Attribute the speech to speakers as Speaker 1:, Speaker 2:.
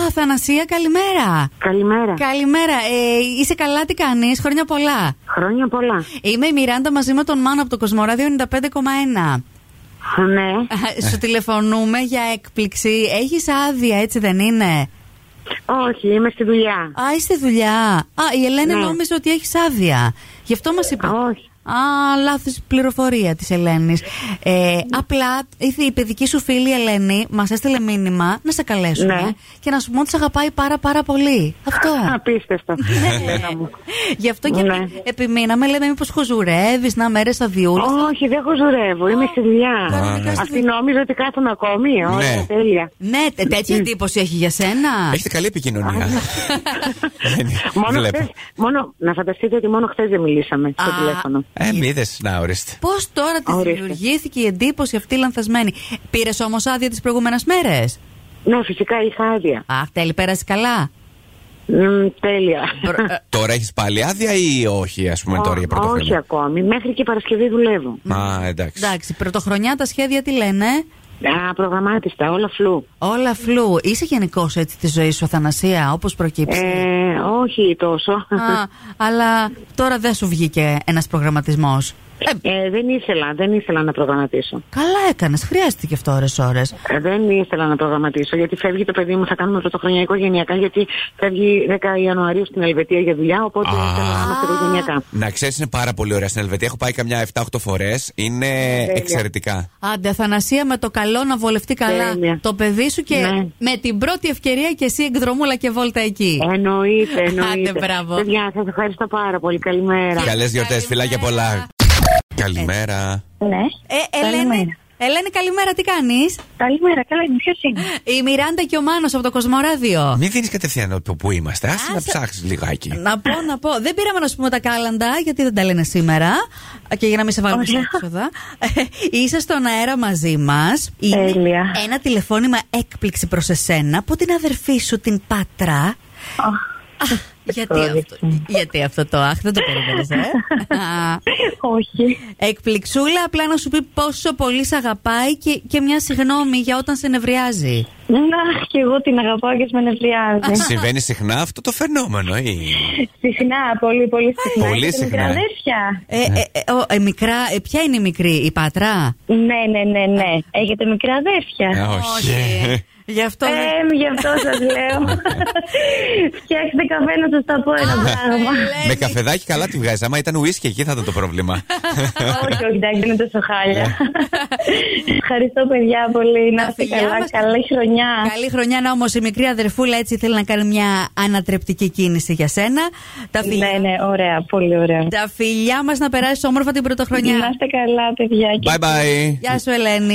Speaker 1: Αθανασία, καλημέρα.
Speaker 2: Καλημέρα.
Speaker 1: Καλημέρα. Ε, είσαι καλά, τι κάνεις, χρόνια πολλά.
Speaker 2: Χρόνια πολλά.
Speaker 1: Είμαι η Μιράντα μαζί με τον Μάνο από το Κοσμοράδιο 95,1.
Speaker 2: Ναι.
Speaker 1: Σου τηλεφωνούμε για έκπληξη. Έχεις άδεια, έτσι δεν είναι.
Speaker 2: Όχι, είμαι στη δουλειά.
Speaker 1: Α, είστε δουλειά. Α, η Ελένη
Speaker 2: Ναι.
Speaker 1: νόμιζε ότι έχεις άδεια. Γι' αυτό μας είπε.
Speaker 2: Όχι.
Speaker 1: Α, λάθος πληροφορία της Ελένης. Ε, απλά ήθε- η παιδική σου φίλη Ελένη μας έστειλε μήνυμα να σε καλέσουμε
Speaker 2: Ναι.
Speaker 1: και να σου πούμε ότι σε αγαπάει πάρα πάρα πολύ. Αυτό.
Speaker 2: Απίστευτο.
Speaker 1: Ναι. Γι' αυτό και
Speaker 2: Ναι.
Speaker 1: επι- επιμείναμε, λέμε μήπως χουζουρεύεις, να μέρε αδειούλα.
Speaker 2: Όχι, δεν χοζουρεύω. Είμαι στη δουλειά.
Speaker 1: Κανονικά στη
Speaker 2: Αυτή νόμιζε ότι κάθομαι ακόμη.
Speaker 3: Ναι.
Speaker 2: Όχι, τέλεια.
Speaker 1: Ναι, τε- τέτοια εντύπωση έχει για σένα.
Speaker 3: Έχετε καλή επικοινωνία. Δεν
Speaker 2: Μόνο
Speaker 3: βλέπω.
Speaker 2: χθες, μόνο, να φανταστείτε ότι μόνο χθες δεν μιλήσαμε στο
Speaker 1: Α.
Speaker 2: τηλέφωνο.
Speaker 3: Ε, μη είδες, να ορίστε.
Speaker 1: Πώς τώρα τη
Speaker 2: Ορίστε.
Speaker 1: δημιουργήθηκε η εντύπωση αυτή λανθασμένη. Πήρες όμως άδεια τις προηγούμενες μέρες.
Speaker 2: Ναι, φυσικά είχα άδεια.
Speaker 1: Αχ, τέλει, πέρασε καλά.
Speaker 2: Μμ, τέλεια.
Speaker 1: Προ- ε,
Speaker 3: Τώρα έχεις πάλι άδεια ή όχι, ας πούμε, τώρα για
Speaker 2: Ω, Όχι
Speaker 3: πρωτοχρονιά.
Speaker 2: ακόμη. Μέχρι και Παρασκευή δουλεύω.
Speaker 3: Α, εντάξει.
Speaker 1: Εντάξει, πρωτοχρονιά τα σχέδια τι λένε.
Speaker 2: Α, προγραμμάτιστα, όλα φλού.
Speaker 1: Όλα φλού. Είσαι γενικός έτσι τη ζωή σου, Αθανασία, όπως προκύψει.
Speaker 2: Ε, όχι τόσο.
Speaker 1: Α, αλλά τώρα δεν σου βγήκε ένας προγραμματισμός. Ε,
Speaker 2: Ε, δεν ήθελα, δεν ήθελα να προγραμματίσω.
Speaker 1: καλά έκανες. Χρειάστηκε αυτό ώρε-ώρε.
Speaker 2: Ε, Δεν ήθελα να προγραμματίσω, γιατί φεύγει το παιδί μου. Θα κάνουμε πρωτοχρονιά οικογενειακά, γιατί φεύγει 10 Ιανουαρίου στην Ελβετία για δουλειά. Οπότε
Speaker 3: Α.
Speaker 2: ήθελα να είμαστε οικογενειακά.
Speaker 3: Να ξέρεις είναι πάρα πολύ ωραία στην Ελβετία. Έχω πάει καμιά 7-8 φορές. Είναι εξαιρετικά.
Speaker 1: Άντε, Αθανασία, με το καλό να βολευτεί καλά
Speaker 2: Τέλεια.
Speaker 1: το παιδί σου και
Speaker 2: Ναι.
Speaker 1: με την πρώτη ευκαιρία και εσύ εκδρομούλα και βόλτα εκεί.
Speaker 2: Εννοείται, εννοείται.
Speaker 1: Άντε, μπράβο.
Speaker 2: Παιδιά, σας ευχαριστώ πάρα πολύ. Καλημέρα.
Speaker 3: Καλές γιορτές, φιλάκια πολλά. Καλημέρα.
Speaker 4: Ναι.
Speaker 1: Ε, Ελένη,
Speaker 4: Καλημέρα.
Speaker 1: Ελένη, καλημέρα, τι κάνεις.
Speaker 4: Καλημέρα, καλά είμαι. Ποιος είναι.
Speaker 1: Η Μιράντα και ο Μάνος από το Κοσμοράδιο.
Speaker 3: Μην δίνεις κατευθείαν από που είμαστε. Άσε να ψάξεις λιγάκι.
Speaker 1: Να πω, να πω. Δεν πήραμε να σου πούμε τα κάλαντα, γιατί δεν τα λένε σήμερα. Και για να μην σε βάλουμε σε
Speaker 4: Ωραία.
Speaker 1: έξοδα. Ε, Είσαι στον αέρα μαζί μας.
Speaker 4: Τέλεια.
Speaker 1: Ένα τηλεφώνημα έκπληξη προς εσένα από την αδερφή σου, την Πάτρα. Α, γιατί, αυτό, γιατί αυτό το αχ, δεν το περιμένεις, ε. Α,
Speaker 4: Όχι.
Speaker 1: Εκπληξούλα, απλά να σου πει πόσο πολύ σε αγαπάει και, και μια συγγνώμη για όταν σε νευριάζει.
Speaker 4: Να, και εγώ την αγαπάω και με νευριάζει.
Speaker 3: Συμβαίνει συχνά αυτό το φαινόμενο ή...
Speaker 4: συχνά, πολύ, πολύ συχνά.
Speaker 3: Πολύ
Speaker 4: Και τα
Speaker 3: συχνά.
Speaker 4: μικρά αδέρφια.
Speaker 1: Ε, ε, ε, ο, ε, μικρά, ε, ποια είναι η μικρή, η Πάτρα.
Speaker 4: Ναι, ναι, ναι, ναι. Έχετε μικρά αδέρφια.
Speaker 3: Ε, Όχι.
Speaker 1: Γι' αυτό.
Speaker 4: Ε, γι' αυτό σας λέω. Φτιάξτε καφέ να σας τα πω ένα πράγμα.
Speaker 3: Με καφεδάκι καλά τη βγάζεις. Άμα ήταν ουίσκι εκεί θα ήταν το πρόβλημα.
Speaker 4: όχι, όχι, εντάξει, δεν είναι τόσο χάλια.
Speaker 3: Ε.
Speaker 4: Ευχαριστώ, παιδιά, πολύ. Να
Speaker 1: Τα
Speaker 4: είστε
Speaker 1: φιλιά
Speaker 4: καλά.
Speaker 1: μας.
Speaker 4: Καλή χρονιά.
Speaker 1: Καλή χρονιά, να όμως η μικρή αδερφούλα έτσι θέλει να κάνει μια ανατρεπτική κίνηση για σένα. Τα φιλιά,
Speaker 4: Ναι, ναι, ωραία, πολύ ωραία.
Speaker 1: τα φιλιά μας να περάσει όμορφα την πρωτοχρονιά.
Speaker 4: Να είστε καλά, παιδιά. και
Speaker 3: Bye bye.
Speaker 1: Γεια σου, Ελένη.